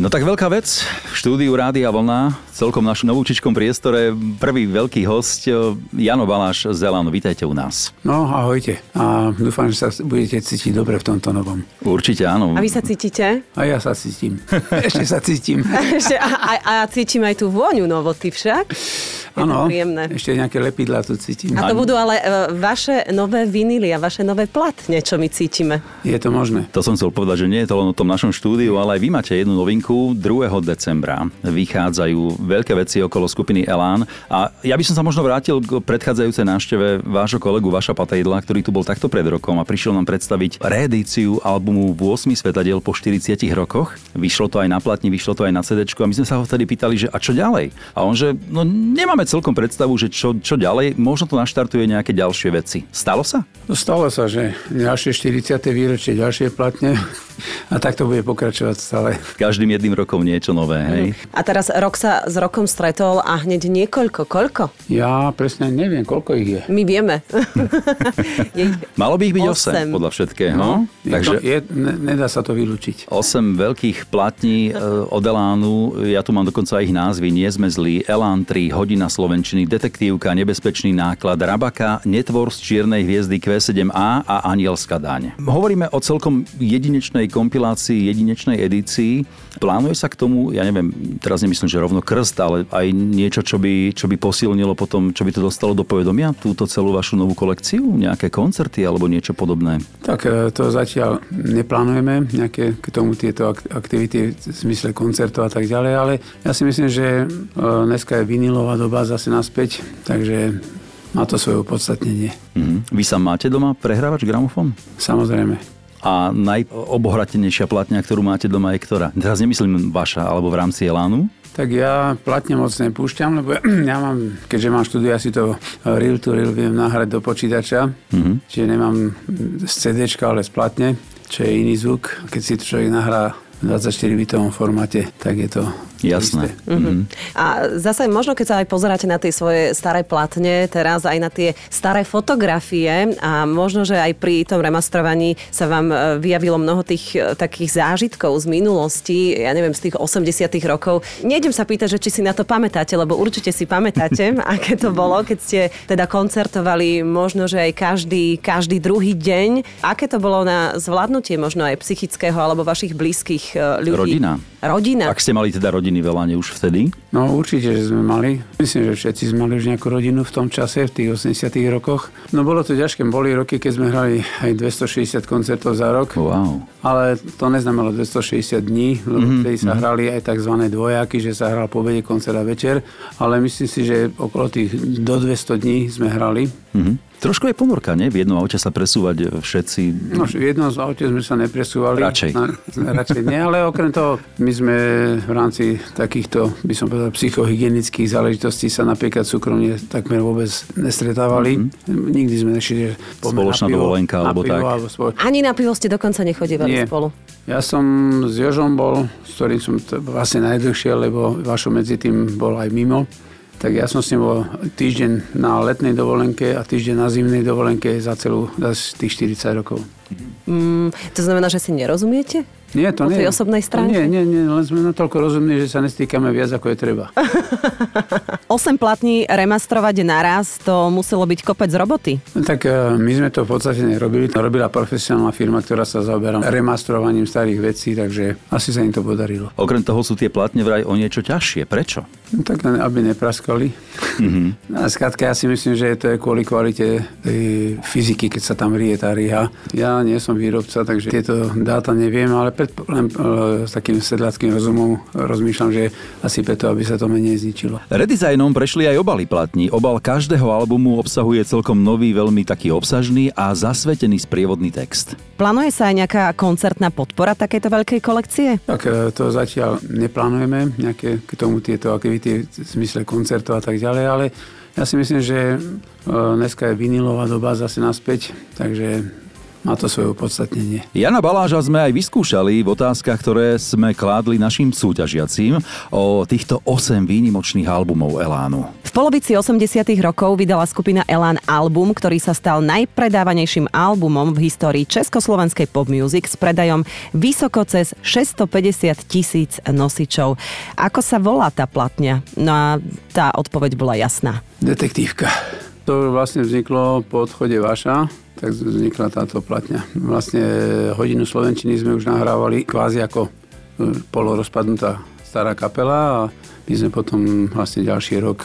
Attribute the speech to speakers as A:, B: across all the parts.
A: No tak veľká vec, v štúdiu Rádia Vlna, v celkom našom novúčičkom priestore, prvý veľký host, Jano Baláš Zelan, vítajte u nás.
B: No, ahojte. A dúfam, že sa budete cítiť dobre v tomto novom.
A: Určite áno.
C: A vy sa cítite?
B: A ja sa cítim. Ešte sa cítim.
C: Ešte, a, a, a cítim aj tú vôňu novoty však. Je
B: Áno,
C: to príjemné.
B: ešte nejaké lepidla tu cítim.
C: A to budú ale e, vaše nové vinily a vaše nové platne, čo my cítime.
B: Je to možné.
A: To som chcel povedať, že nie je to len o tom našom štúdiu, ale aj vy máte jednu novinku. 2. decembra vychádzajú veľké veci okolo skupiny Elán. A ja by som sa možno vrátil k predchádzajúcej návšteve vášho kolegu Vaša Patejdla, ktorý tu bol takto pred rokom a prišiel nám predstaviť reedíciu albumu v 8 svetadiel po 40 rokoch. Vyšlo to aj na platni, vyšlo to aj na CD a my sme sa ho vtedy pýtali, že a čo ďalej? A on, že no nemáme celkom predstavu, že čo, čo ďalej, možno to naštartuje nejaké ďalšie veci. Stalo sa?
B: No stalo sa, že ďalšie 40. výročie, ďalšie platne a tak to bude pokračovať stále.
A: Každým jedným rokom niečo nové, hej?
C: A teraz rok sa s rokom stretol a hneď niekoľko. Koľko?
B: Ja presne neviem, koľko ich je.
C: My vieme. Je ich-
A: Malo by ich byť 8,
C: Osem.
A: podľa všetkého.
B: Je
A: Takže
B: to, je, ne, nedá sa to vylúčiť.
A: 8 veľkých platní e, od Elánu, ja tu mám dokonca ich názvy, nie sme zlí, Elán 3, Hodina Slovenčiny, Detektívka, Nebezpečný náklad, Rabaka, Netvor z Čiernej hviezdy Q7A a Anielska daň. Hovoríme o celkom jedinečnej kompilácii, jedinečnej edícii. Plánuje sa k tomu, ja neviem, teraz nemyslím, že rovno krst, ale aj niečo, čo by, čo by posilnilo potom, čo by to dostalo do povedomia, túto celú vašu novú kolekciu, nejaké koncerty alebo niečo podobné.
B: Tak e, to zatiaľ neplánujeme, nejaké k tomu tieto ak- aktivity v zmysle koncertov a tak ďalej, ale ja si myslím, že e, dneska je vinilová doba zase naspäť, takže má to svoje opodstatnenie.
A: Mhm. Vy sa máte doma prehrávač gramofón?
B: Samozrejme.
A: A najobohratenejšia platňa, ktorú máte doma, je ktorá? Teraz nemyslím vaša, alebo v rámci Elánu.
B: Tak ja platne moc nepúšťam, lebo ja mám, keďže mám štúdio, ja si to e, reel to reel viem nahrať do počítača, mm-hmm. čiže nemám z CD, ale z platne, čo je iný zvuk. Keď si to človek nahrá v 24-bitovom formáte, tak je to
A: Jasné.
B: isté.
A: Mhm.
C: A zase možno, keď sa aj pozeráte na tie svoje staré platne, teraz aj na tie staré fotografie a možno, že aj pri tom remastrovaní sa vám e, vyjavilo mnoho tých e, takých zážitkov z minulosti, ja neviem, z tých 80 rokov. Nejdem sa pýtať, že či si na to pamätáte, lebo určite si pamätáte, aké to bolo, keď ste teda koncertovali možno, že aj každý, každý druhý deň. Aké to bolo na zvládnutie možno aj psychického alebo vašich blízkych e, ľudí?
A: Rodina.
C: Rodina.
A: Ak ste mali teda rodiny v Eláne už vtedy,
B: No určite, že sme mali. Myslím, že všetci sme mali už nejakú rodinu v tom čase, v tých 80 rokoch. No bolo to ťažké, boli roky, keď sme hrali aj 260 koncertov za rok.
A: wow,
B: Ale to neznamenalo 260 dní, lebo mm-hmm. vtedy sa hrali aj tzv. dvojaky, že sa hral po obede, koncert a večer. Ale myslím si, že okolo tých do 200 dní sme hrali.
A: mhm. trošku je ponorka, nie? V jednom aute sa presúvať všetci.
B: No, v jednom z aute sme sa nepresúvali.
A: Radšej.
B: Na, radšej nie, ale okrem toho, my sme v rámci takýchto, by som povedal, psychohygienických záležitostí sa napríklad súkromne takmer vôbec nestretávali. Mm-hmm. Nikdy sme nešli, že poďme
A: Mhm. Spoločná
B: na pivo,
A: dovolenka
B: na
A: alebo
B: pivo,
A: tak.
B: Alebo spolo...
C: Ani na pivo ste dokonca nechodievali
B: Nie.
C: spolu.
B: Ja som s Jožom bol, s ktorým som t- vlastne najdlhšie, lebo vašo medzi tým bol aj mimo. Tak ja som s ním bol týždeň na letnej dovolenke a týždeň na zimnej dovolenke za celú, za tých 40 rokov.
C: Mm, to znamená, že si nerozumiete?
B: Nie, to
C: Po
B: nie.
C: tej osobnej stránke?
B: Nie, nie, nie, len sme natoľko rozumní, že sa nestýkame viac, ako je treba.
C: Ah. 8 platní remastrovať naraz, to muselo byť kopec roboty.
B: No tak e, my sme to v podstate nerobili. To robila profesionálna firma, ktorá sa zaoberá remastrovaním starých vecí, takže asi sa im to podarilo.
A: Okrem toho sú tie platne vraj o niečo ťažšie. Prečo?
B: No tak len, aby nepraskali. Mm-hmm. A skrátka, ja si myslím, že to je kvôli kvalite tej fyziky, keď sa tam rie tá riha. Ja nie som výrobca, takže tieto dáta neviem, ale pred, len e, s takým sedláckým rozumom rozmýšľam, že asi preto, aby sa to menej zničilo.
A: Redizajnom prešli aj obaly platní. Obal každého albumu obsahuje celkom nový, veľmi taký obsažný a zasvetený sprievodný text.
C: Plánuje sa aj nejaká koncertná podpora takejto veľkej kolekcie?
B: Tak e, to zatiaľ neplánujeme, nejaké k tomu tieto aktivity v zmysle koncertov a tak ďalej, ale ja si myslím, že e, dneska je vinilová doba zase naspäť, takže má to svoje opodstatnenie.
A: Jana Baláža sme aj vyskúšali v otázkach, ktoré sme kládli našim súťažiacím o týchto 8 výnimočných albumov Elánu.
C: V polovici 80 rokov vydala skupina Elan album, ktorý sa stal najpredávanejším albumom v histórii československej pop music s predajom vysoko cez 650 tisíc nosičov. Ako sa volá tá platňa? No a tá odpoveď bola jasná.
B: Detektívka. To vlastne vzniklo po odchode vaša, tak vznikla táto platňa. Vlastne hodinu Slovenčiny sme už nahrávali kvázi ako mm, polorozpadnutá stará kapela a my sme potom vlastne ďalší rok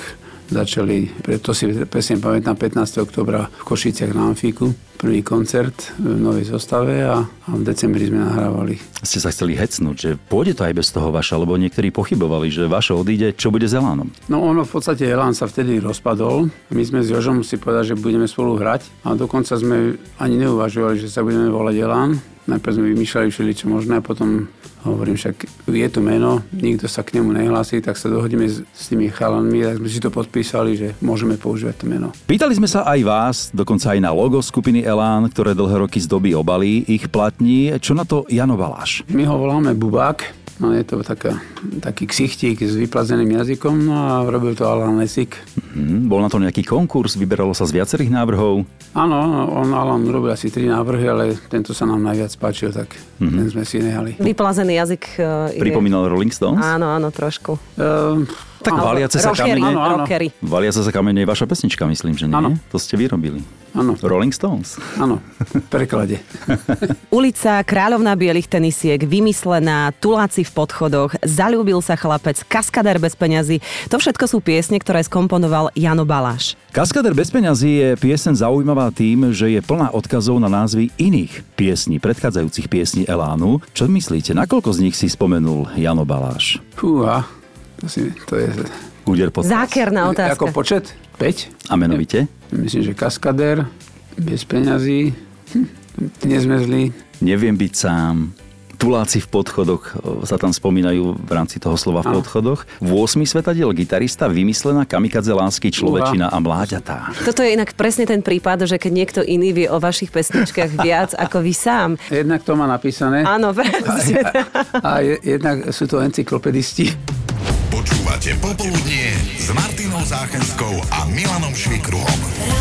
B: začali, preto si presne pamätám 15. oktobra v Košiciach na Amfíku, prvý koncert v novej zostave a, a v decembri sme nahrávali.
A: Ste sa chceli hecnúť, že pôjde to aj bez toho vaša, lebo niektorí pochybovali, že vaša odíde, čo bude s Elánom.
B: No ono v podstate Elán sa vtedy rozpadol. My sme s Jožom si povedali, že budeme spolu hrať a dokonca sme ani neuvažovali, že sa budeme volať Elán. Najprv sme vymýšľali všeličo možné a potom hovorím však, je tu meno, nikto sa k nemu nehlási, tak sa dohodíme s, s tými chalanmi, tak sme si to podpísali, že môžeme používať to meno.
A: Pýtali sme sa aj vás, dokonca aj na logo skupiny Elán, ktoré dlhé roky zdobí obalí, ich platní. Čo na to Jano Baláš?
B: My ho voláme Bubák, no je to taká, taký ksichtík s vyplazeným jazykom, no a robil to Alan Lesik.
A: Hm, bol na to nejaký konkurs, vyberalo sa z viacerých návrhov.
B: Áno, on Alan robil asi tri návrhy, ale tento sa nám najviac páčil, tak mm-hmm. ten sme si nehali.
C: Vyplazený jazyk e, je...
A: Pripomínal Rolling Stones?
C: Áno, áno, trošku.
B: Ehm,
A: Tak
B: áno,
A: valia Valiace sa
C: Rockery,
A: kamene.
B: Áno, áno.
C: rockery.
A: Valia sa za kamene je vaša pesnička, myslím, že nie?
B: Áno.
A: To ste vyrobili.
B: Áno,
A: Rolling Stones.
B: áno, v preklade.
C: Ulica Kráľovna bielých tenisiek, vymyslená, tuláci v podchodoch, zalúbil sa chlapec, kaskadár bez peňazí. To všetko sú piesne, ktoré skomponoval Jano Baláš.
A: Kaskader bez peňazí je piesen zaujímavá tým, že je plná odkazov na názvy iných piesní, predchádzajúcich piesní Elánu. Čo myslíte, nakoľko z nich si spomenul Jano Baláš?
B: Fúha, to, si, to je...
A: Úder pod
C: Zákerná
B: Ako
C: otázka.
B: počet?
A: A
B: 5?
A: menovite?
B: Myslím, že kaskader, bez peňazí, hm, nie sme zlí.
A: Neviem byť sám. Tuláci v podchodoch e, sa tam spomínajú v rámci toho slova v podchodoch. V 8. svetadiel gitarista vymyslená kamikadze lásky človečina a mláďatá.
C: Toto je inak presne ten prípad, že keď niekto iný vie o vašich pesničkách viac ako vy sám.
B: Jednak to má napísané
C: Áno, presne.
B: a je, jednak sú to encyklopedisti.
D: Počúvate Popoludnie s Martinou Záchenskou a Milanom Švikruhom.